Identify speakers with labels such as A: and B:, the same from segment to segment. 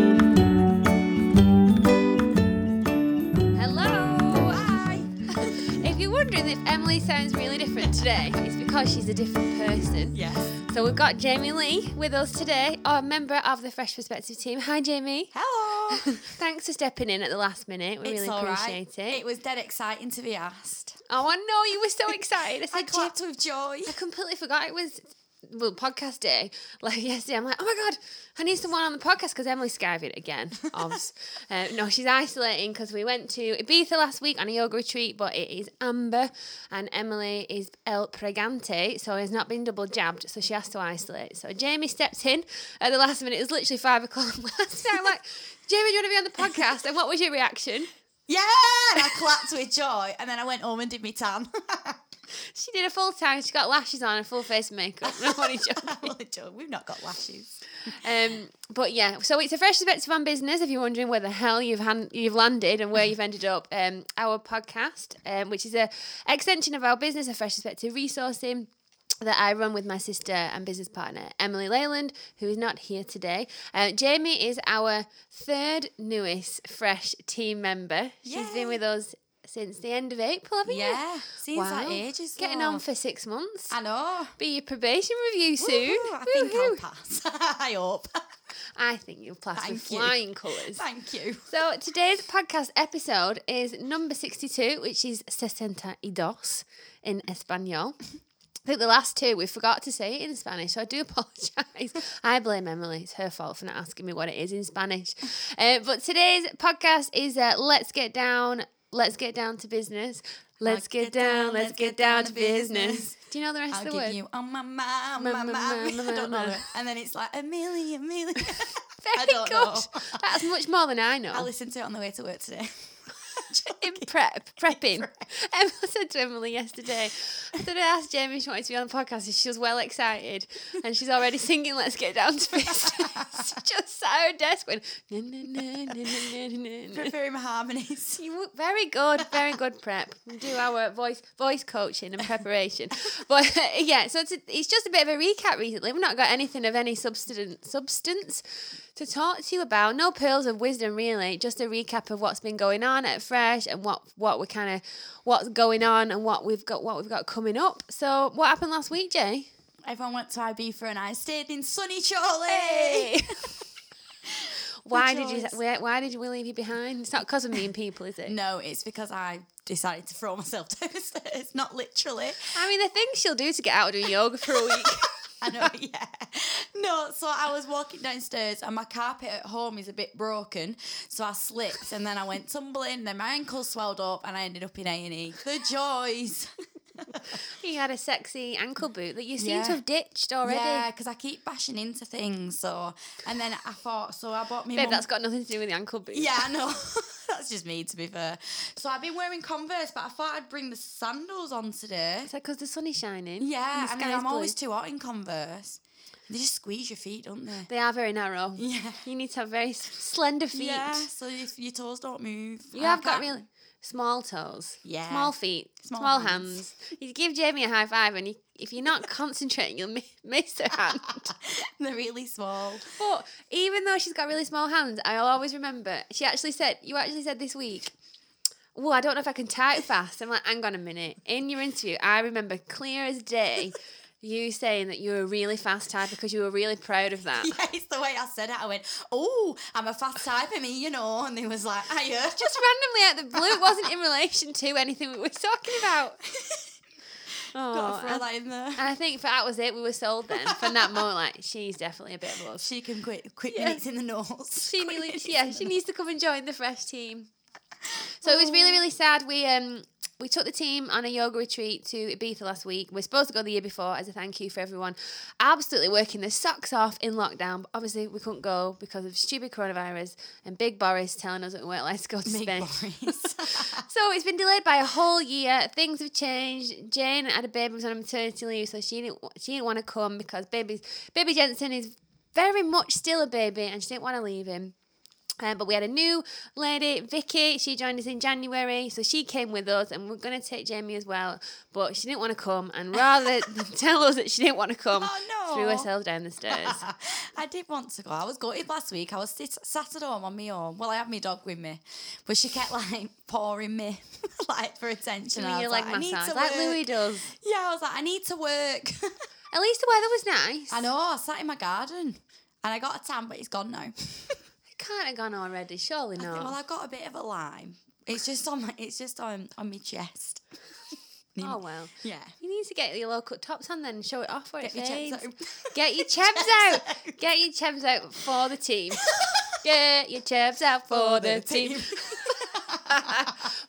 A: Emily sounds really different today, it's because she's a different person.
B: Yes.
A: So we've got Jamie Lee with us today, a member of the Fresh Perspective team. Hi, Jamie.
B: Hello.
A: Thanks for stepping in at the last minute. We
B: it's
A: really
B: all right.
A: appreciate it.
B: It was dead exciting to be asked.
A: Oh, I know you were so excited. I said,
B: I
A: "Jam-
B: clapped with joy.
A: I completely forgot it was well podcast day. Like yesterday, I'm like, oh my god, I need someone on the podcast because Emily skived again. Obs. uh, no, she's isolating because we went to Ibiza last week on a yoga retreat, but it is Amber and Emily is El Pregante, so has not been double jabbed, so she has to isolate. So Jamie stepped in at the last minute. It was literally five o'clock last night. I'm like, Jamie, do you want to be on the podcast? And what was your reaction?
B: Yeah. And I clapped with joy. And then I went home and did my tan.
A: She did a full time. She got lashes on and full face makeup. No funny joke.
B: I'm only joking. We've not got lashes.
A: Um, but yeah, so it's a fresh perspective on business. If you're wondering where the hell you've han- you've landed and where you've ended up, um, our podcast, um, which is a extension of our business, a fresh perspective resourcing. That I run with my sister and business partner Emily Leyland, who is not here today. Uh, Jamie is our third newest fresh team member. She's
B: Yay.
A: been with us since the end of April, haven't you?
B: Yeah. Seems like ages.
A: Getting
B: though.
A: on for six months.
B: I know.
A: Be your probation review soon.
B: Woohoo, I think I'll
A: Woohoo.
B: pass. I hope.
A: I think you'll pass with
B: Thank you.
A: flying colours.
B: Thank you.
A: So today's podcast episode is number 62, which is sesenta y dos in Espanol. I think the last two we forgot to say it in Spanish, so I do apologise. I blame Emily; it's her fault for not asking me what it is in Spanish. Uh, but today's podcast is uh, "Let's Get Down." Let's get down to business. Let's get down. Let's get down to business. Do you know the rest
B: I'll
A: of
B: give
A: the word?
B: you on my mom,
A: Ma- ma-
B: my mom.
A: ma-
B: I
A: ma-
B: don't
A: ma-
B: know. that. And then it's like, Amelia, Amelia. I
A: Very
B: don't
A: good.
B: know.
A: That's much more than I know.
B: I listened to it on the way to work today.
A: in prep, prepping. Emma said to Emily yesterday, I said I asked Jamie if she wanted to be on the podcast and she was well excited and she's already singing Let's Get Down to Business. Just sat at her desk going, na, na, na, na, na, na, na, na.
B: Preparing my harmonies.
A: You were very good, very good prep. We do our voice voice coaching and preparation. But yeah, so it's, it's just a bit of a recap recently. We've not got anything of any substance substance to talk to you about. No pearls of wisdom really, just a recap of what's been going on at Fresh and what what we're kind of what's going on and what we've got what we've got coming up. So what happened last week, Jay?
B: Everyone went to Ibiza and I stayed in sunny Chorley.
A: why did you
B: choice.
A: why, why did we leave you behind? It's not because of mean people, is it?
B: No, it's because I decided to throw myself downstairs. Not literally.
A: I mean the things she'll do to get out of doing yoga for a week.
B: I know, yeah. No, so I was walking downstairs and my carpet at home is a bit broken, so I slipped and then I went tumbling. Then my ankle swelled up and I ended up in A and E. The joys.
A: He had a sexy ankle boot that you seem
B: Mm. Yeah.
A: to have ditched already.
B: Yeah, because I keep bashing into things. So, and then I thought, so I bought me.
A: Babe, that's got nothing to do with the ankle boot.
B: Yeah, I know. That's just me, to be fair. So I've been wearing Converse, but I thought I'd bring the sandals on today.
A: It's like because the sun is shining.
B: Yeah,
A: and the
B: I mean,
A: sky's
B: I'm always
A: blue.
B: too hot in Converse. They just squeeze your feet, don't they?
A: They are very narrow.
B: Yeah.
A: You need to have very s- slender feet.
B: Yeah, so if your toes don't move.
A: You
B: I
A: have got
B: can't-
A: really small toes.
B: Yeah.
A: Small feet. Small,
B: Small
A: hands.
B: hands.
A: You give Jamie a high five, and you, if you're not concentrating, you'll mi- miss her hand.
B: They're really small.
A: But even though she's got really small hands, I'll always remember. She actually said, "You actually said this week." Well, I don't know if I can type fast. I'm like, hang on a minute. In your interview, I remember clear as day you saying that you were a really fast typer because you were really proud of that.
B: Yeah, it's the way I said it. I went, oh, I'm a fast type of me, you know. And they was like, hiya.
A: Just randomly out of the blue, it wasn't in relation to anything we were talking about.
B: Gotta
A: Oh,
B: throw
A: and,
B: that in there.
A: and I think that was it. We were sold then. From that moment, like she's definitely a bit of us.
B: She can quit quick
A: Yeah.
B: minutes in the notes.
A: She
B: Quick
A: nearly,
B: minutes in
A: yeah,
B: the
A: she needs to come and join the fresh team. So it was
B: Oh.
A: really, really sad. We um we took the team on a yoga retreat to Ibiza last week. We are supposed to go the year before as a thank you for everyone absolutely working their socks off in lockdown. But obviously we couldn't go because of stupid coronavirus and Big Boris telling us it weren't let's go to
B: Big
A: Spain.
B: boys.
A: So it's been delayed by a whole year. Things have changed. Jane had a baby was on maternity leave, so she didn't wa- she didn't want to come because baby's baby Jensen is very much still a baby, and she didn't want to leave him. Um, but we had a new lady, Vicky. She joined us in January, so she came with us, and we are going to take Jamie as well. But she didn't want to come, and rather than tell us that she didn't want to come,
B: Oh,
A: threw
B: no.
A: herself down the stairs.
B: I did want to go. I was gutted last week. I was sit- sat at home on my own. Well, I had my dog with me, but she kept like pouring me like for attention.
A: Doing
B: I
A: your
B: was
A: leg
B: like, I need
A: massage,
B: to
A: like
B: work.
A: Louis does.
B: Yeah, I was like, I need to work.
A: At least the weather was nice.
B: I know. I sat in my garden and I got a tan, but it's gone now.
A: It can't have gone already, surely not.
B: Well, I've got a bit of a lime. It's just on my. It's just on on my chest.
A: oh well.
B: Yeah.
A: You need to get your low cut tops on then and show it off where
B: Get
A: it
B: your
A: fades.
B: chest
A: Get your chebs out. Get your chebs out for the team. Get your chebs out for, the, team.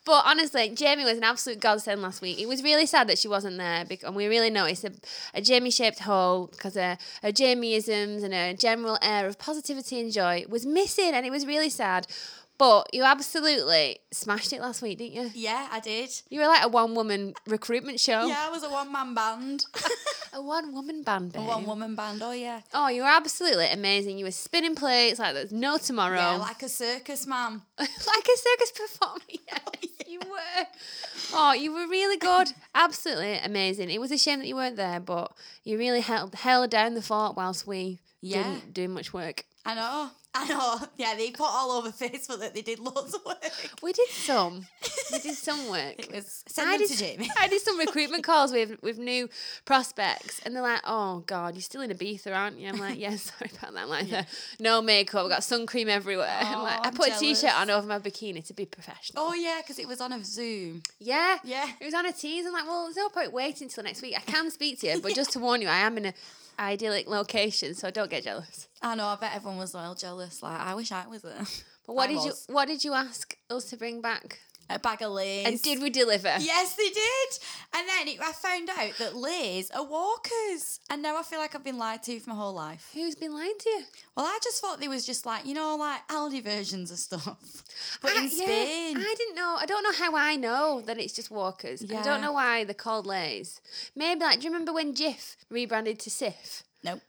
A: but honestly, Jamie was an absolute godsend last week. It was really sad that she wasn't there, bec- and we really noticed a, a Jamie-shaped hole because her, her Jamieisms and her general air of positivity and joy was missing, and it was really sad. But you absolutely smashed it last week, didn't you?
B: yeah, I did.
A: You were like a one-woman recruitment show,
B: Yeah, I was a one man band.
A: a one-woman band.
B: a
A: babe.
B: one woman band. Oh yeah.
A: Oh, you were absolutely amazing. You were spinning plates like there's no tomorrow.
B: Yeah,
A: like-,
B: like a circus man.
A: a circus performer. Yes,
B: Oh,
A: you were. Oh, you were really good. absolutely amazing. It was a shame that you weren't there, but you really held held down the fort whilst we
B: Yeah.
A: didn't do much work.
B: I know. I know. Yeah, they put all over Facebook that they did loads of work.
A: We did some. we did some work.
B: It was send them to Jamie.
A: I did some recruitment calls with with new prospects, and they're like, "Oh God, you're still in Ibiza, aren't you?" I'm like, "Yeah, sorry about that." I'm like, "No makeup, I've got sun cream everywhere." I'm
B: Oh,
A: like, i
B: I'm
A: put a t-shirt
B: jealous.
A: on over my bikini to be professional.
B: Oh yeah, because it was on a Zoom.
A: Yeah,
B: Oh, Yeah.
A: It was on a tease. I'm like, "Well, there's no point waiting until next week. I can speak to you, but just to warn you, I am in a idyllic location, so don't get jealous."
B: I know. I bet everyone was all jealous. Like I wish I was there.
A: But what
B: I
A: did
B: was.
A: you What did you ask us to bring back?
B: A bag of lace.
A: And did we deliver?
B: Yes, they did. And then it, I found out that Liz are walkers, and now I feel like I've been lied to for my whole life.
A: Who's been lying to you?
B: Well, I just thought they was just like you know, like Aldi versions of stuff, but
A: I-
B: in
A: yeah,
B: Spain.
A: I didn't know. I don't know how I know that it's just Walkers. I
B: Yeah.
A: don't know why they're called Lays. Maybe like, do you remember when Jif rebranded to Sif?
B: No.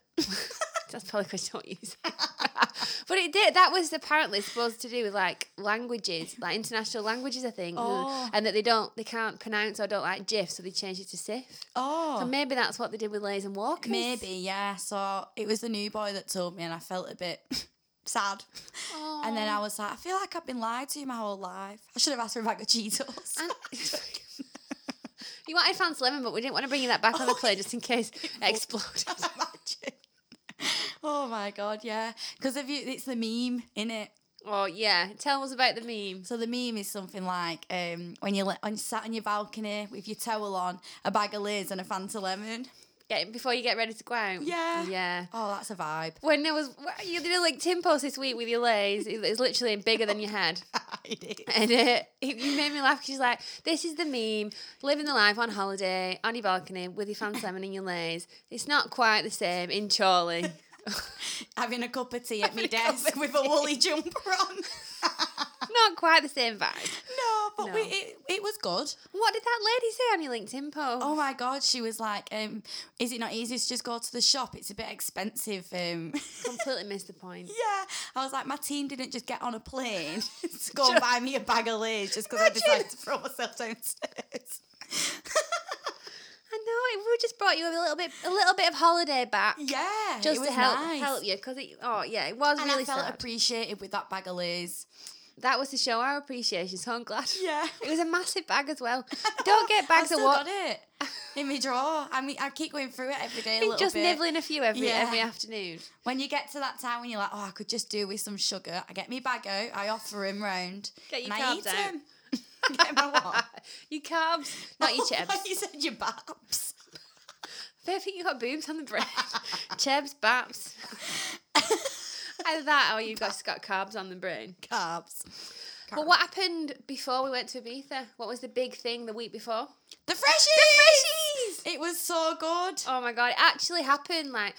A: That's probably because you don't use it. but it did. That was apparently supposed to do with like languages, like international languages, I think,
B: Oh.
A: and that they don't, they can't pronounce or don't like Jif, so they changed it to Sif.
B: Oh.
A: So maybe that's what they did with Lays and Walkers.
B: Maybe, yeah. So it was the new boy that told me, and I felt a bit sad.
A: Oh.
B: And then I was like, I feel like I've been lied to my whole life. I should have asked for a bag of Cheetos.
A: And- you wanted Fans Lemon, but we didn't want to bring you that back
B: Oh,
A: on the plane just in case it exploded.
B: Imagine. Oh my god, yeah. Because if you, it's the meme in it.
A: Oh yeah, tell us about the meme.
B: So the meme is something like um, when you are when you sat on your balcony with your towel on, a bag of Lay's and a Fanta lemon.
A: Yeah, before you get ready to go out.
B: Yeah.
A: yeah.
B: Oh, that's a vibe.
A: When there was you did a like Tim post this week with your legs, it- it's literally bigger than your head, and uh, it, you made me laugh because she's like, "This is the meme, living the life on holiday on your balcony with your fan salmon and your legs. It's not quite the same in Chorley."
B: Having a cup of tea at my
A: a cup
B: desk
A: of
B: with a woolly jumper on.
A: not quite the same vibe.
B: no, but We,
A: No.
B: it, it was good.
A: What did that lady say on your LinkedIn post?
B: Oh my god, she was like, um, "Is it not easier to just go to the shop? It's a bit expensive." Um,
A: completely missed the point.
B: yeah, I was like, my team didn't just get on a plane to go and buy me a bag of lays just because I
A: Imagine.
B: decided to throw myself downstairs.
A: I know it. We just brought you a little bit, a little bit of holiday back.
B: yeah,
A: Just
B: it was
A: to help
B: nice.
A: help you because it oh yeah it was
B: And
A: really
B: I felt
A: sad.
B: appreciated with that bag of lays.
A: that was to show our appreciation. So I'm glad.
B: Yeah.
A: It was a massive bag as well. Don't get bags
B: I
A: of
B: still
A: what.
B: got it in my drawer. I mean, I keep going through it every day. A little
A: Just
B: bit.
A: nibbling a few every
B: Yeah.
A: every afternoon.
B: When you get to that time when you're like, oh, I could just do with some sugar, I get me bag out, I offer him round,
A: Get your
B: and I
A: carbs
B: eat
A: out.
B: him. get my what?
A: Your carbs, not your chebs.
B: you said your baps.
A: Fair thing you got boobs on the bread. chebs, baps. Either that or you've got, got carbs on the brain.
B: Carbs.
A: But what happened before we went to Ibiza? What was the big thing the week before?
B: The freshies! It was so good.
A: Oh my god, it actually happened. Like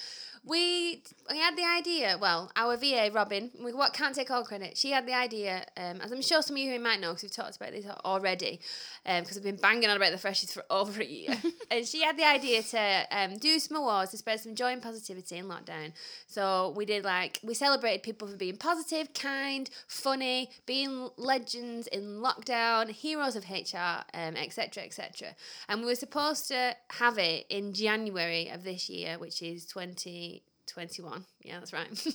A: we we had the idea. Well, our VA Robin, we what can't take all credit. She had the idea, um, as I'm sure some of you who might know because we've talked about this already, because I've been banging on about the freshies for over a year. and she had the idea to um, do some awards to spread some joy and positivity in lockdown. So we did like we celebrated people for being positive, kind, funny, being legends in lockdown, heroes of HR, um, etc. etc. And we were supposed to have it in January of this year, which is 2021. Yeah, that's right.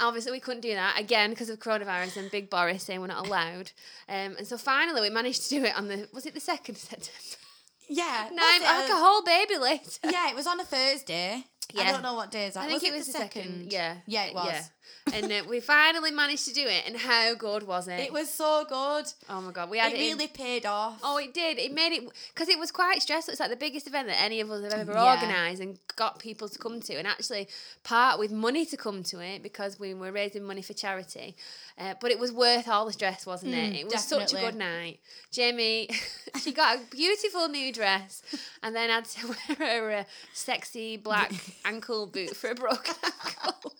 A: Obviously, we couldn't do that again because of coronavirus and Big Boris saying we're not allowed. Um, and so finally, we managed to do it on the was it the second of September?
B: Yeah.
A: No,
B: was
A: I'm
B: it
A: like a whole baby later.
B: a- Yeah, it was on a Thursday.
A: Yeah.
B: I don't know what day is that.
A: I think
B: was
A: it was
B: the
A: second.
B: second.
A: Yeah.
B: Yeah, it was.
A: yeah. and uh, we finally managed to do it. And how good was it?
B: It was so good.
A: Oh my god, we had
B: it
A: it. in-
B: really paid off.
A: Oh, it did. It made it because it was quite stressful. It's like the biggest event that any of us have ever
B: Yeah.
A: organised and got people to come to, and actually part with money to come to it because we were raising money for charity. Uh, but it was worth all the stress, wasn't it?
B: Mm,
A: It was such a
B: definitely.
A: good night. Jamie, she got a beautiful new dress, and then had to wear her uh, sexy black ankle boot for a broken ankle.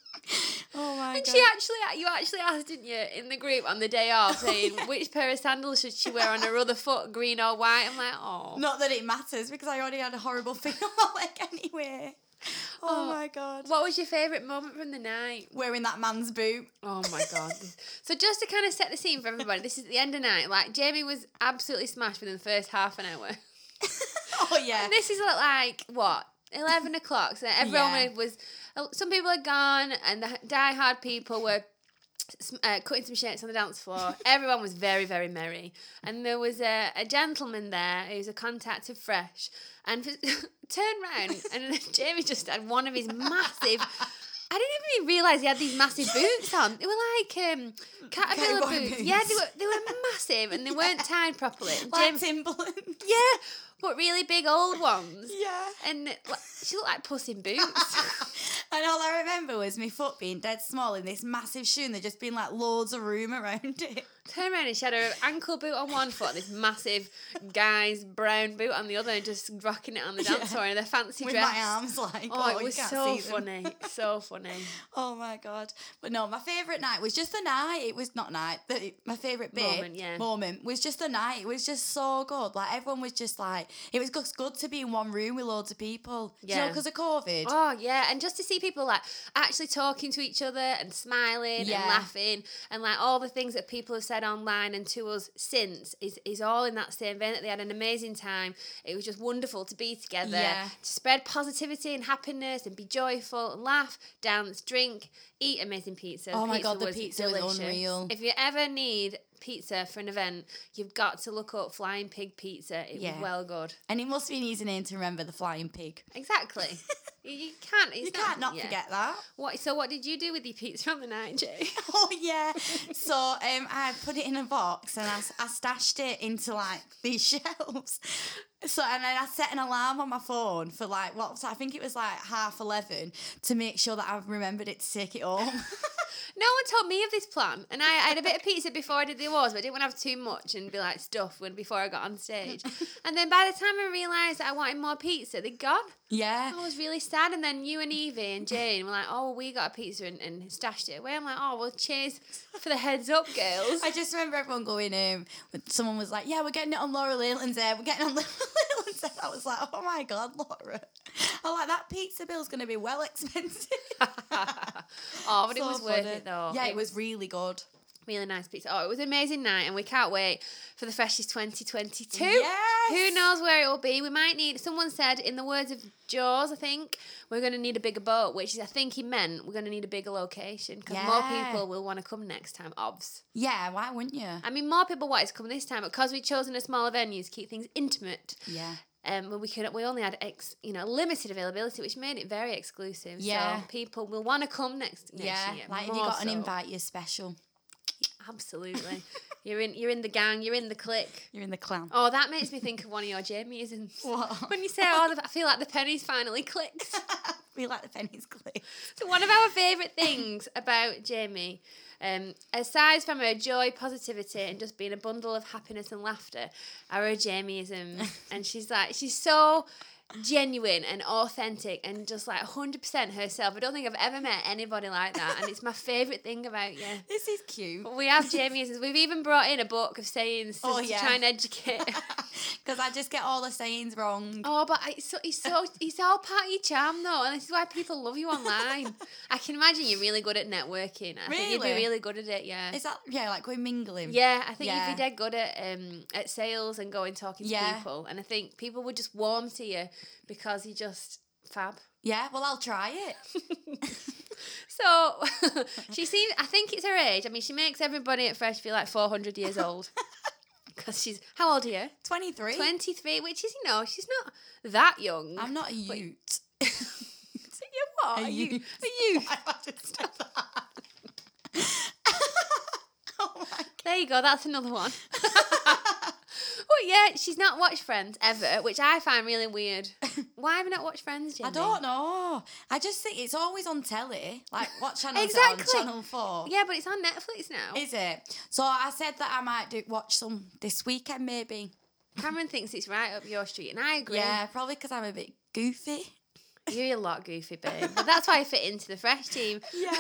B: Oh my
A: And she actually, you actually asked, didn't you, in the group on the day off, saying which pair of sandals should she wear on her other foot, green or white? I'm like, oh,
B: Not that it matters because I already had a horrible thing on my leg anyway. Oh,
A: Oh.
B: my god.
A: What was your favourite moment from the night?
B: Wearing that man's boot.
A: Oh my god! so just to kind of set the scene for everybody, this is at the end of night. Like Jamie was absolutely smashed within the first half an hour.
B: oh yeah.
A: And this is at like what eleven o'clock. So everyone
B: Yeah.
A: was. uh, Some people had gone, and the die-hard people were s- uh, cutting some shirts on the dance floor. Everyone was very, very merry, and there was a, a gentleman there who's a contact of Fresh, and f- turned round, and Jamie just had one of his massive. I didn't even realise he had these massive boots on. They were like um, caterpillar
B: Cowboy
A: boots. Yeah, they
B: boots.
A: were they were massive and they weren't tied properly. And
B: Like
A: Jamie-
B: Timberland.
A: yeah, but really big old ones.
B: Yeah.
A: And like, she looked like Puss in Boots.
B: and all I remember was my foot being dead small in this massive shoe and there just being like loads of room around it.
A: Turned around and she had her ankle boot on one foot, this massive guy's brown boot on the other, and just rocking it on the dance
B: Yeah.
A: floor in their fancy
B: With
A: dress.
B: my arms like
A: Oh, it
B: you
A: was
B: can't
A: so
B: see them.
A: funny. So funny.
B: Oh my god! But no, my favorite night was just the night. It was not night. The, my favorite bit
A: Moment, yeah.
B: moment was just the night. It was just so good. Like everyone was just like it was just good to be in one room with loads of people. Yeah,
A: Yeah.
B: because of COVID.
A: Oh yeah, and just to see people like actually talking to each other and smiling
B: Yeah.
A: and laughing and like all the things that people have said online and to us since is is all in that same vein that they had an amazing time. It was just wonderful to be together,
B: Yeah.
A: to spread positivity and happiness and be joyful and laugh, dance, drink, eat amazing pizza.
B: Oh my God, the pizza was
A: delicious.
B: unreal.
A: If you ever need pizza for an event, you've got to look up Flying Pig Pizza. It
B: Yeah.
A: was well good.
B: And it must be an easy name to remember the flying pig.
A: Exactly. You- You can't. It's
B: You can't not
A: yeah.
B: forget that.
A: What? So what did you do with your pizza on the night, Jay?
B: Oh yeah. so um, I put it in a box and I, I stashed it into like these shelves. So and then I set an alarm on my phone for like what was I think it was like half eleven to make sure that I remembered it to take it home.
A: No one told me of this plan, and I, I had a bit of pizza before I did the awards, but I didn't want to have too much and be like stuffed when before I got on stage. and then by the time I realised that I wanted more pizza, they'd gone.
B: yeah.
A: I was really sad. And then you and Evie and Jane were like, "Oh, we got a pizza and, and stashed it away." I'm like, "Oh, well, cheers for the heads up, girls."
B: I just remember everyone going um when someone was like, Yeah, we're getting it on Laura Leyland's head, we're getting it on Laura Leyland's head. I was like, Oh my god, Laura. I like that pizza bill's gonna be well expensive.
A: oh, but it was worth it though.
B: Yeah,
A: It
B: it was really good.
A: Really nice pizza. Oh, it was an amazing night, and we can't wait for the Freshies 2022.
B: Yes!
A: Who knows where it will be? We might need, someone said, in the words of Jaws, I think, we're going to need a bigger boat, which is, I think he meant we're going to need a bigger location because more
B: Yeah.
A: people will want to come next time, obvs.
B: Yeah, why wouldn't you?
A: I mean, more people wanted to come this time, but because we'd chosen a smaller venue to keep things intimate,
B: Yeah.
A: um, well, we could we only had ex, you know limited availability, which made it very exclusive.
B: Yeah.
A: So people will want to come next, next
B: yeah,
A: year.
B: like if you
A: more
B: got an
A: so.
B: invite, you're special.
A: Absolutely. you're in you're in the gang, you're in the clique.
B: You're in the clan.
A: Oh, that makes me think of one of your Jamieisms.
B: What?
A: When you say, oh, the, I feel like the pennies finally clicked.
B: we like the pennies click.
A: So one of our favourite things about Jamie, um, aside from her joy, positivity, and just being a bundle of happiness and laughter, are her Jamieisms. and she's like, she's so genuine and authentic and just like 100% herself. I don't think I've ever met anybody like that. And it's my favourite thing about you.
B: This is cute.
A: But we have Jamie as we've even brought in a book of sayings
B: Oh,
A: to
B: yeah.
A: try and educate.
B: Because I just get all the sayings wrong.
A: oh, but I, so, he's so he's all part of your charm though, and this is why people love you online. I can imagine you're really good at networking. I think you'd be
B: Really?
A: really good at it. Yeah.
B: Is that, yeah, like we're mingling?
A: Yeah, I think
B: Yeah.
A: you'd be dead good at um, at sales and going talking to
B: Yeah.
A: people, and I think people would just warm to you because you just fab.
B: Yeah, well, I'll try it.
A: So she seems. I think it's her age. I mean, she makes everybody at Fresh feel like four hundred years old because she's how old are you?
B: 23.
A: Twenty three, which is you know she's not that young.
B: I'm not a
A: Wait.
B: ute.
A: So you what?
B: A
A: Are you?
B: youth.
A: Are you?
B: Why have I just said that? oh my
A: There you go. That's another one. Well, yeah, she's not watched Friends ever, which I find really weird. Why have I not watched Friends, Jenny?
B: I don't know. I just think it's always on telly. Like what channel is
A: Exactly.
B: it on? Channel four.
A: Yeah, but it's on Netflix now.
B: Is it? So I said that I might do watch some this weekend maybe.
A: Cameron thinks it's right up your street, and I agree.
B: Yeah, probably because I'm a bit goofy.
A: You're a lot goofy, babe. But that's why I fit into the fresh team.
B: Yeah.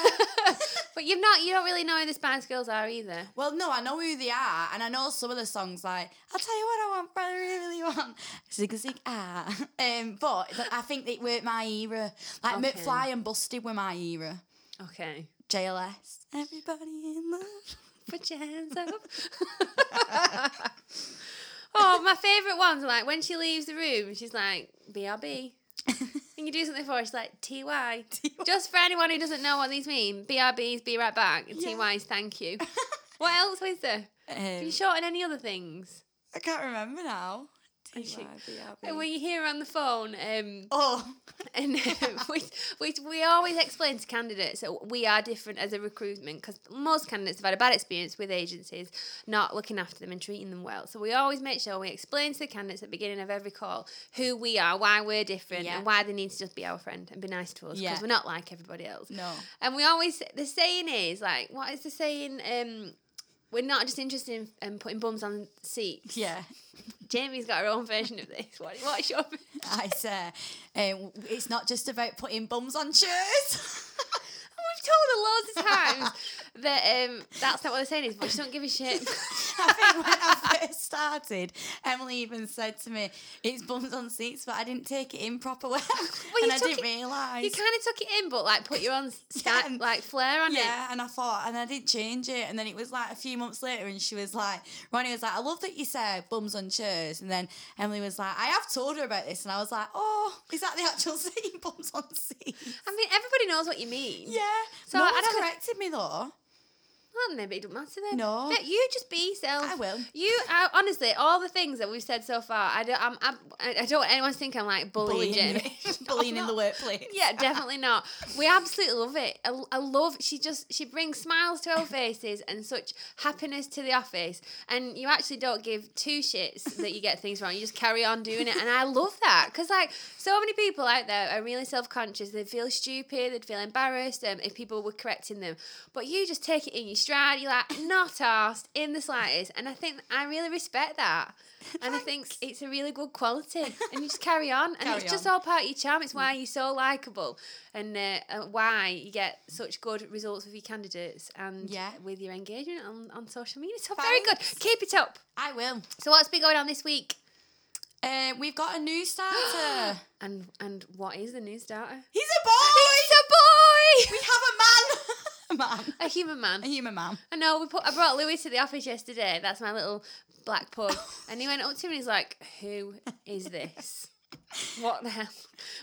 A: but you've not. You don't really know who the Spice Girls are either.
B: Well, no, I know who they are, and I know some of the songs. Like, I'll tell you what I want, what I really want. Zig zig ah. Um, but th- I think they weren't my era. Like
A: Okay.
B: McFly and Busted were my era.
A: Okay.
B: JLS. Everybody in love.
A: Put your hands up. oh, my favourite ones are like when she leaves the room, she's like, BRB. And you do something for her, she's like, TY. Just for anyone who doesn't know what these mean, BRB is be right back, and
B: Yeah.
A: TY is thank you. What else was there? Did you
B: Um,
A: shorten any other things?
B: I can't remember now.
A: I should-
B: TYBRB.
A: And when you hear her on the phone, um,
B: Oh,
A: And um, we, we, we always explain to candidates that we are different as a recruitment because most candidates have had a bad experience with agencies not looking after them and treating them well. So we always make sure we explain to the candidates at the beginning of every call who we are, why we're different,
B: Yeah.
A: and why they need to just be our friend and be nice to us because
B: Yeah. Mm.
A: we're not like everybody else.
B: no.
A: And we always, the saying is like, what is the saying? Um, we're not just interested in um, putting bums on seats.
B: Yeah,
A: Jamie's got her own version of this. What, what's your
B: I say. Um, it's not just about putting bums on chairs.
A: We've told her loads of times that um, that's not what they're saying is, but she don't give a shit.
B: I think when I first started, Emily even said to me, "It's bums on seats," but I didn't take it in proper way,
A: you
B: and I
A: took
B: didn't
A: it-
B: realise.
A: you kind of took it in, but like put your own sta-
B: Yeah.
A: like flair on it.
B: yeah, and I thought, and I didn't change it. And then it was like a few months later, and she was like, Ronnie was like, I love that you said bums on chairs. And then Emily was like, I have told her about this. And I was like, oh, is that the actual saying, bums on seats?
A: I mean, everybody knows what you mean.
B: Yeah.
A: So
B: So no
A: I
B: one's
A: don't-
B: corrected me though.
A: Well, maybe it doesn't matter then.
B: No.
A: Yeah, you just be yourself.
B: I will.
A: You I, honestly, all the things that we've said so far, I don't. I'm, I'm, I don't want anyone to think I'm like bullying, Jamie.
B: Bullying
A: I'm
B: in the
A: not.
B: workplace.
A: Yeah, definitely not. We absolutely love it. I, I love. She just she brings smiles to our faces and such happiness to the office. And you actually don't give two shits that you get things wrong. You just carry on doing it, and I love that because like so many people out there are really self conscious. They feel stupid. They'd feel embarrassed um, if people were correcting them. But you just take it in your stride. You're like not arsed in the slightest. And I think I really respect that. And I think it's a really good quality. And you just carry on. And
B: Carry
A: it's just
B: on.
A: all part of your charm.
B: Mm.
A: It's why you're so likable and uh, uh, why you get such good results with your candidates and
B: Yeah.
A: with your engagement on, on social media. So very
B: Thanks.
A: good. Keep it up.
B: I will.
A: So what's been going on this week?
B: Uh, we've got a new starter.
A: And and what is the new starter?
B: He's a boy.
A: It's a boy!
B: We have a man. a man.
A: A human man.
B: A human man.
A: I know. We put. I brought Louis to the office yesterday. That's my little black pug, and he went up to me and he's like, "Who is this? What the hell?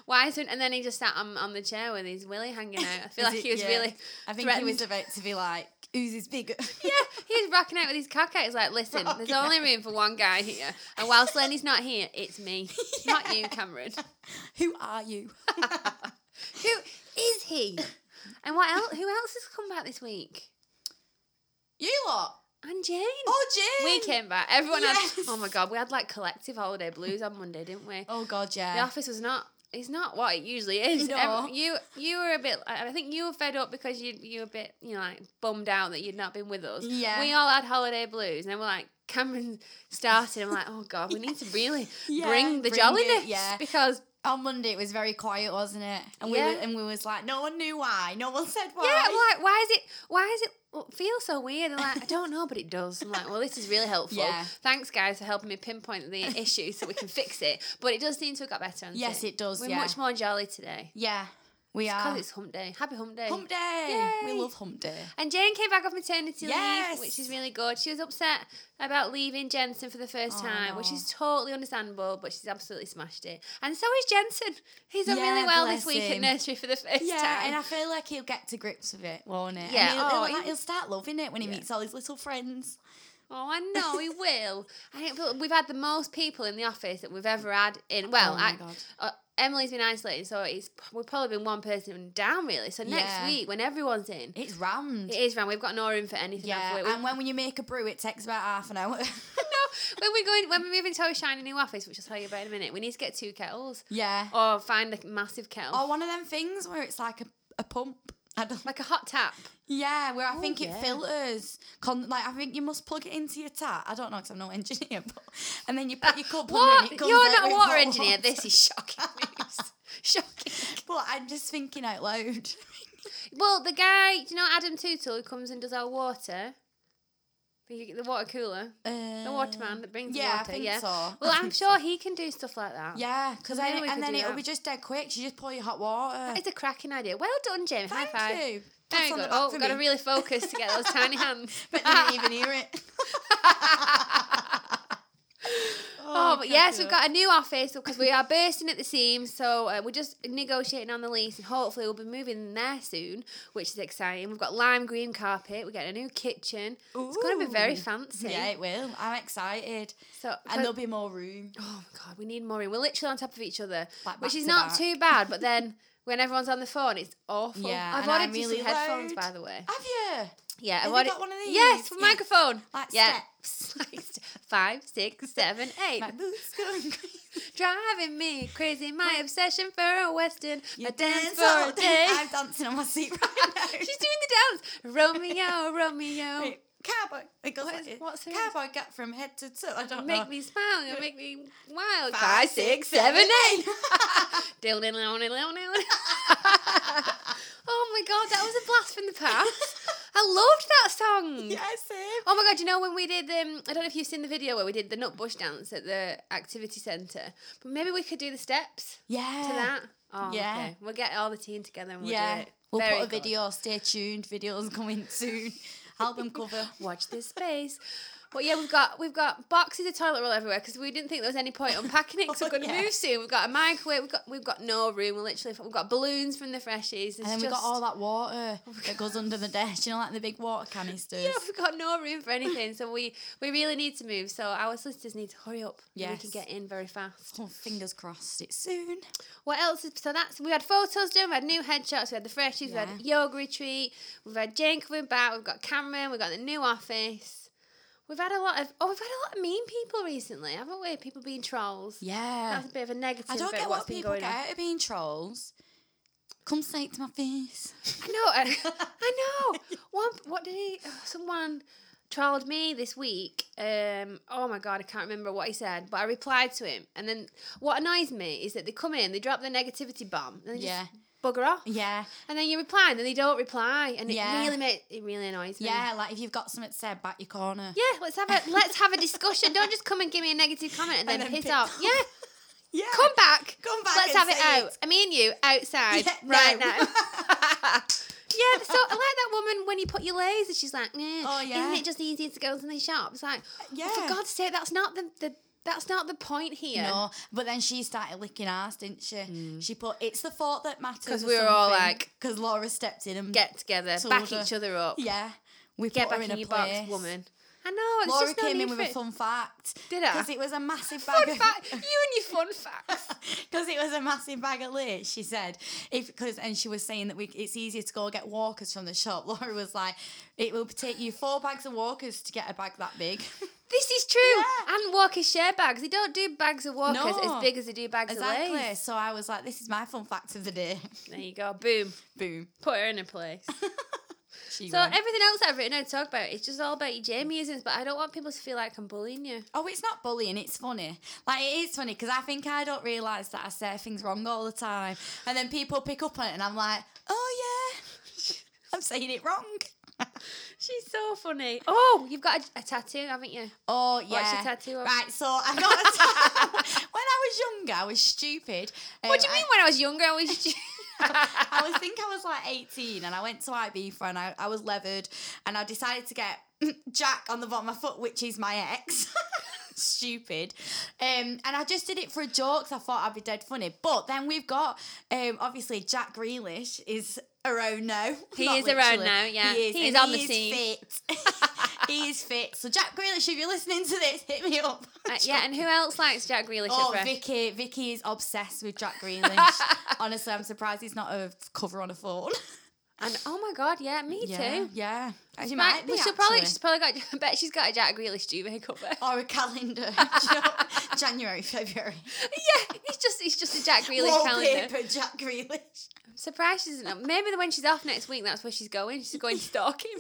A: Why isn't?" And then he just sat on, on the chair with his willy hanging out. Uh, I feel
B: Is
A: like
B: it-
A: he was
B: yeah.
A: really.
B: I think he was about to be like, who's his big?
A: Yeah, he was rocking out with his cock out. He's like, "Listen, there's only room for one guy here, and whilst Lenny's not here, it's me, not you, Cameron.
B: Who are you?
A: Who is he? And what else? Who else has come back this week?
B: you lot.
A: And Jane.
B: Oh, Jane.
A: We came back. Everyone had.
B: Yes.
A: Oh my god, we had like collective holiday blues on Monday, didn't we?
B: Oh God,
A: The
B: yeah.
A: office was not. It's not what it usually is.
B: No.
A: Every- you you were a bit. I I think you were fed up because you you were a bit you know like bummed out that you'd not been with us.
B: Yeah.
A: We all had holiday blues, and then we're like Cameron started. I'm like, oh god, we need to really
B: Yeah,
A: bring the
B: bring it,
A: jolliness
B: yeah.
A: because
B: on Monday it was very quiet, wasn't it? And we
A: Yeah.
B: were, and we was like, no one knew why. No one said why.
A: Yeah, like why is it? Why is it feel so weird? And like I don't know, but it does. I'm like, well, this is really helpful.
B: Yeah.
A: Thanks, guys, for helping me pinpoint the issue so we can fix it. But it does seem to have got better. hasn't
B: Yes, it does.
A: We're
B: yeah.
A: much more jolly today.
B: yeah, we
A: Because
B: are.
A: it's hump day. Happy hump day.
B: Hump day. We
A: Yay.
B: love hump day.
A: And Jane came back off maternity
B: Yes.
A: leave, which is really good. She was upset about leaving Jensen for the first
B: Oh,
A: time, which
B: no.
A: is totally understandable, but she's absolutely smashed it. And so is Jensen. He's done really
B: Yeah,
A: well this
B: bless
A: week at
B: him.
A: nursery for the first
B: Yeah,
A: time.
B: and I feel like he'll get to grips with it, won't it?
A: Yeah,
B: and he'll,
A: oh,
B: he'll, like,
A: he-
B: he'll start loving it when he
A: Yeah.
B: meets all his little friends.
A: Oh, I know he will. I think but we've had the most people in the office that we've ever had in. Well,
B: oh my
A: I,
B: god.
A: uh, Emily's been isolated, so it's we've probably been one person down really. So next
B: Yeah.
A: week, when everyone's in,
B: It's round.
A: it is round. We've got no room for anything.
B: yeah,
A: Yeah, we?
B: and when you make a brew, it takes about half an hour.
A: no, when we're going, when we're moving to our shiny new office, which I'll tell you about in a minute, we need to get two kettles
B: yeah.
A: or find a massive kettle,
B: Or one of them things where it's like a, a pump. I don't,
A: like a hot tap.
B: yeah, where I
A: Oh,
B: think
A: yeah.
B: it filters. Con- like I think you must plug it into your tap. I don't know because I'm no engineer, but and then you put your cup under
A: What?
B: and it comes
A: You're
B: out
A: not
B: with
A: a water
B: hot
A: engineer.
B: water.
A: This is shocking news. shocking.
B: But I'm just thinking out loud.
A: Well, the guy, do you know Adam Tootle, who comes and does our water, the, the water cooler, the water man that brings
B: Yeah,
A: the
B: I
A: water.
B: think
A: yeah.
B: so.
A: Well, I'm sure he can do stuff like that.
B: Yeah, because
A: So maybe
B: then
A: we
B: it- and
A: could
B: then
A: do
B: it'll
A: that.
B: be just dead quick. You just pour your hot water.
A: It's a cracking idea. Well done, Jamie.
B: Thank
A: High five.
B: you.
A: Very
B: Pat on the
A: good.
B: back
A: Oh,
B: for
A: we've got to
B: me.
A: really focus to get those tiny hands.
B: But they didn't even hear it.
A: Oh, but yes,
B: God.
A: we've got a new office because we are bursting at the seams. So uh, we're just negotiating on the lease, and hopefully we'll be moving in there soon, which is exciting. We've got lime green carpet. We're getting a new kitchen. It's going to be very
B: Ooh.
A: fancy.
B: Yeah, it will. I'm excited,
A: So
B: and there'll be more room.
A: Oh my god, we need more. room. We're literally on top of each other,
B: Like
A: which
B: back
A: is
B: to
A: not
B: back.
A: too bad. But then when everyone's on the phone, it's awful.
B: Yeah,
A: I've
B: and I'm
A: ordered Ah, you
B: really
A: some headphones,
B: loud.
A: by the way.
B: Have you?
A: Yeah,
B: Have
A: I've
B: you
A: ordered
B: got one of these?
A: yes, for
B: Yeah.
A: microphone.
B: Like
A: yeah.
B: steps.
A: Sliced. Five, six, seven, eight.
B: My boots going crazy.
A: Driving me crazy, my obsession for a western.
B: You
A: I dance
B: dance
A: for
B: all
A: a day.
B: I'm dancing on my seat right now.
A: She's doing the dance. Romeo, Romeo,
B: Wait, cowboy. It goes
A: What
B: like
A: is-
B: it.
A: what's her-
B: cowboy got from head to toe. I don't
A: make
B: know.
A: me smile, you make me wild.
B: uh-huh. Five, six, seven, eight.
A: Dill, dill, dill, dill, dill, dill. Oh my god, that was a blast from the past. I loved that song.
B: yes, same.
A: Oh my god, you know when we did um I don't know if you've seen the video where we did the nutbush dance at the activity centre, but maybe we could do the steps
B: Yeah.
A: to that. Oh,
B: Yeah.
A: okay. We'll get all the team together and we'll do
B: yeah.
A: it.
B: We'll
A: Very
B: put a
A: good.
B: video. Stay tuned. Video's coming soon. Album cover.
A: Watch this space. Well, yeah, we've got we've got boxes of toilet roll everywhere because we didn't think there was any point unpacking it because
B: Oh,
A: we're going to
B: yeah.
A: move soon. We've got a microwave. We've got we've got no room. We're literally we've got balloons from the freshies.
B: And then we got all that water that goes under the desk, you know, like the big water canisters.
A: Yeah, we've got no room for anything, so we we really need to move. So our solicitors need to hurry up. Yeah, we can
B: Yes.
A: get in very fast.
B: Oh, fingers crossed, it's soon.
A: What else? Is, so that's we had photos done. We had new headshots. We had the freshies. We had
B: Yeah.
A: yoga retreat. We've had Jane coming back. We've got Cameron. We've got the new office. We've had a lot of oh, we've had a lot of mean people recently, haven't we? People being trolls.
B: Yeah.
A: That's a bit of a negative.
B: I don't
A: bit
B: get
A: what's
B: what
A: been
B: people
A: going
B: get
A: On.
B: out of being trolls. Come say it to my face.
A: I know. I, I know. One. What did he? oh, Someone trolled me this week. Um. Oh my god, I can't remember what he said, but I replied to him. And then what annoys me is that they come in, they drop the negativity bomb, and they just
B: Yeah.
A: bugger off.
B: Yeah.
A: And then you reply, and then they don't reply, and
B: Yeah.
A: it really ma- it really annoys me.
B: Yeah, like if you've got something said, back your corner.
A: Yeah, let's have a let's have a discussion. Don't just come and give me a negative comment and then,
B: And then
A: piss
B: pick
A: off.
B: up.
A: Yeah,
B: Yeah.
A: come back.
B: Come back
A: Let's
B: and
A: have it
B: say
A: out. I mean, you outside
B: Yeah,
A: right
B: no.
A: now. yeah, so I like that woman when you put your lays and she's like, oh,
B: Oh,
A: yeah.
B: yeah.
A: isn't it just easier to go to the shop? It's like, yeah.
B: yeah.
A: for God's sake, that's not the, the that's not the point here.
B: No, but then she started licking ass, didn't she? She put, it's the thought that matters.
A: 'Cause Mm. we were all like-
B: because Laura stepped in and
A: Get together,
B: Told
A: back
B: her.
A: each other up.
B: yeah, we
A: Get
B: put
A: back
B: her in,
A: in,
B: a
A: your
B: place.
A: box, woman. I know, it's
B: Laura
A: just no
B: came
A: need
B: in with
A: for
B: a
A: it.
B: fun fact.
A: Did I?
B: Because it was a massive bag.
A: Fun
B: of,
A: fact. You and your fun facts.
B: Because it was a massive bag of lids, she said. If because and she was saying that we, it's easier to go get walkers from the shop. Laura was like, it will take you four bags of walkers to get a bag that big.
A: This is true.
B: Yeah.
A: And walkers share bags. They don't do bags of walkers
B: No.
A: as big as they do bags of
B: exactly.
A: lays.
B: So I was like, this is my fun fact of the day.
A: There you go. Boom.
B: Boom.
A: Put her in her place.
B: She
A: So
B: won.
A: everything else that I've written and talk about, it's just all about your Jamieisms, but I don't want people to feel like I'm bullying you.
B: Oh, it's not bullying. It's funny. Like it is funny because I think I don't realise that I say things wrong all the time, and then people pick up on it, and I'm like, oh yeah, I'm saying it wrong.
A: She's so funny. Oh, you've got a, a tattoo, haven't you?
B: Oh yeah.
A: What's your tattoo of?
B: Right. So I got. A t- when I was younger, I was stupid. Um,
A: What do you
B: I-
A: mean when I was younger, I was.
B: I was think I was like 18 and I went to Ibiza and I, I was leathered and I decided to get Jack on the bottom of my foot, which is my ex. Stupid. Um, and I just did it for a joke 'cause I thought I'd be dead funny. But then we've got um, obviously Jack Grealish is around now.
A: He
B: Not
A: is around
B: literally.
A: now, yeah.
B: He is,
A: He is
B: and
A: on the
B: he
A: scene.
B: Fit. he is fit. So Jack Grealish, if you're listening to this, hit me up.
A: Uh, yeah, and who else likes Jack Grealish?
B: Oh,
A: at Fresh?
B: Vicky, Vicky is obsessed with Jack Grealish. Honestly, I'm surprised he's not a cover on a phone.
A: And oh my god, yeah, me
B: yeah,
A: too.
B: Yeah, she
A: Right,
B: might be.
A: well, she'll probably
B: actually.
A: she's probably got. I bet she's got a Jack Grealish duvet cover.
B: or a calendar. Do you know? January, February.
A: yeah, it's just it's just a Jack Grealish calendar.
B: Wallpaper, Jack Grealish.
A: Surprise, she's not. Maybe when she's off next week, that's where she's going. She's going stalking.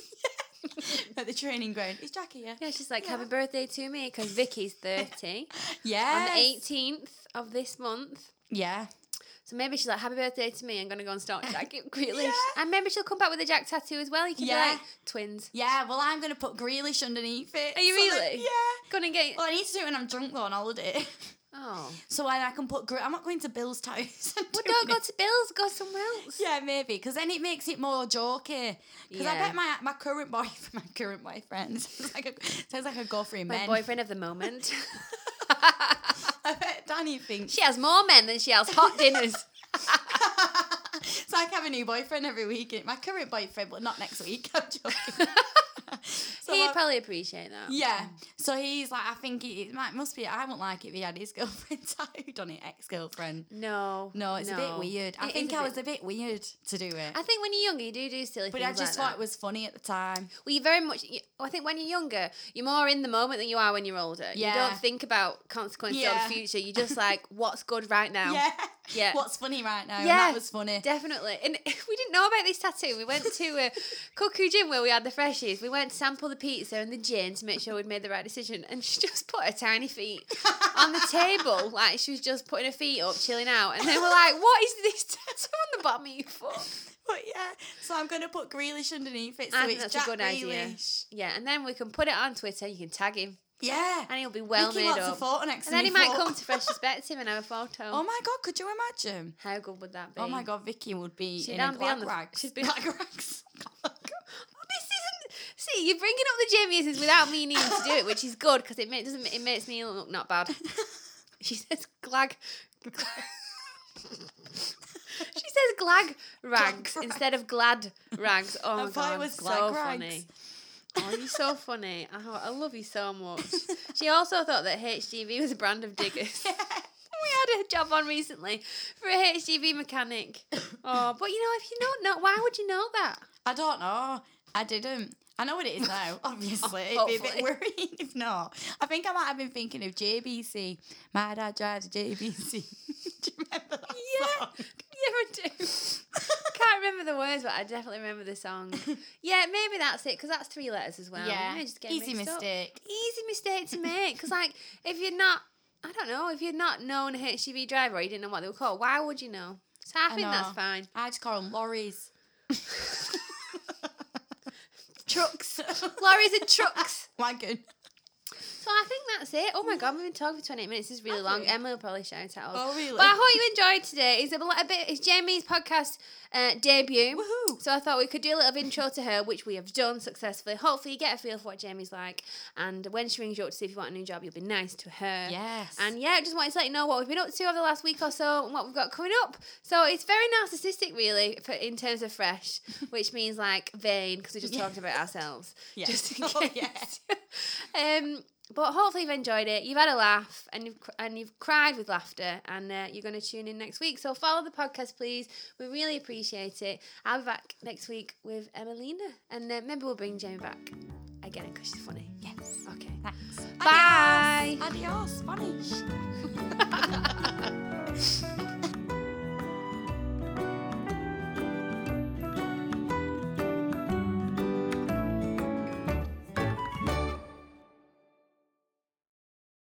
B: At the training ground. Is Jack here?
A: Yeah, she's like, happy birthday to me because Vicky's thirty on
B: Yeah.
A: the eighteenth of this month.
B: Yeah.
A: So maybe she's like, happy birthday to me. I'm gonna go and stalk Jack Grealish,
B: Yeah.
A: and maybe she'll come back with a Jack tattoo as well. You can
B: Yeah.
A: be like twins.
B: Yeah, well, I'm going to put Grealish underneath it.
A: Are you
B: So that-
A: really?
B: yeah.
A: Go on and get.
B: Well, I need to do it when I'm drunk, though, on holiday.
A: Oh,
B: So I, I can put. Gre- I'm not going to Bill's house. and
A: well,
B: doing
A: don't go
B: it.
A: to Bill's. Go somewhere else.
B: Yeah, maybe because then it makes it more jokey. Because I
A: Yeah.
B: bet my my current boy, my current boyfriend sounds like a, sounds like a go for him
A: My
B: man.
A: boyfriend of the moment.
B: I bet Danny thinks
A: she has more men than she has hot dinners.
B: it's like having a new boyfriend every week. My current boyfriend, but not next week. I'm joking. so
A: He'd
B: like-
A: probably appreciate that.
B: yeah, so he's like, I think it, it might must be. I wouldn't like it if he had his girlfriend tattooed on it, ex girlfriend.
A: No.
B: No, it's a bit weird. I
A: It is
B: think
A: a
B: I
A: bit-
B: was a bit weird to do it,
A: I think when you're younger, you do do silly
B: but I
A: things.
B: just
A: like
B: thought it was funny at the time.
A: that. Well, you very much. You, I think when you're younger, you're more in the moment than you are when you're older. You
B: Yeah.
A: don't think about consequences
B: Yeah.
A: or the future. You're just like, what's good right now?
B: Yeah,
A: Yeah.
B: What's funny right now? and
A: Yeah.
B: that was funny.
A: Definitely. And we didn't know about this tattoo. We went to uh, Cuckoo Gym where we had the freshies. We went to sample the pizza and the gin to make sure we'd made the right decision. And she just put her tiny feet on the table. Like she was just putting her feet up, chilling out. And then we're like, what is this tattoo on the bottom of your foot?
B: But yeah, so I'm gonna put Grealish underneath it. So
A: I think
B: it's
A: that's a
B: Jack
A: good idea.
B: Grealish.
A: Yeah. And then we can put it on Twitter. You can tag him
B: Yeah.
A: and he'll be well
B: Mickey
A: made
B: wants a
A: up.
B: photo next
A: And then
B: to
A: he
B: me
A: might
B: photo.
A: come to Fresh Perspective and have a photo.
B: Oh my god, could you imagine?
A: How good would that be?
B: Oh my god, Vicky would be
A: She'd
B: in a
A: um, be on
B: black
A: the-
B: rags.
A: she'd be-
B: black rags.
A: This isn't. See, you're bringing up the Jamieisms without me needing to do it, which is good because it ma- doesn't. It makes me look not bad. She says glag. she says glag rags
B: rags.
A: instead of glad rags. Oh my
B: I thought it
A: god,
B: was
A: so
B: glag rags.
A: funny. Oh, you're so funny. Oh, I love you so much. She also thought that HGV was a brand of diggers. We had a job on recently for a HGV mechanic. Oh, but you know, if you don't know, why would you know that?
B: I don't know. I didn't. I know what it is now, obviously. It'd be a bit
A: Oh, Hopefully.
B: worrying if not. I think I might have been thinking of JBC. My dad drives a JBC. Do you remember that
A: Yeah.
B: song?
A: Yeah, I do. Can't remember the words, but I definitely remember the song. Yeah, maybe that's it because that's three letters as well.
B: yeah.
A: Maybe I just get
B: Easy
A: mixed up.
B: mistake.
A: Easy mistake to make because, like, if you're not, I don't know, if you're not known a HGV driver or you didn't know what they were called, why would you know? So I, think
B: know.
A: that's fine.
B: I just call them lorries. Trucks.
A: Lorries and trucks.
B: Wagon.
A: So I think that's it. Oh my god, we've been talking for twenty minutes. This is really
B: Have
A: long.
B: we?
A: Emily will probably shout out.
B: Oh, really?
A: But I hope you enjoyed today. It's a, bl- a bit. It's Jamie's podcast uh, debut.
B: Woohoo.
A: So I thought we could do a little intro to her, which we have done successfully. Hopefully, you get a feel for what Jamie's like, and when she rings you up to see if you want a new job, you'll be nice to her.
B: Yes.
A: And yeah, just wanted to let you know what we've been up to over the last week or so and what we've got coming up. So it's very narcissistic, really, for, in terms of fresh, which means like vain because we just
B: Yeah.
A: talked about ourselves.
B: Yeah.
A: Just in case.
B: Oh,
A: um, but hopefully you've enjoyed it. You've had a laugh and you've cr- and you've cried with laughter, and uh, you're going to tune in next week. So follow the podcast, please. We really appreciate it. I'll be back next week with Emelina, and uh, maybe we'll bring Jamie back again because she's funny.
B: Yes.
A: Okay.
B: Thanks.
A: Bye.
B: Adios. Adios. Spanish.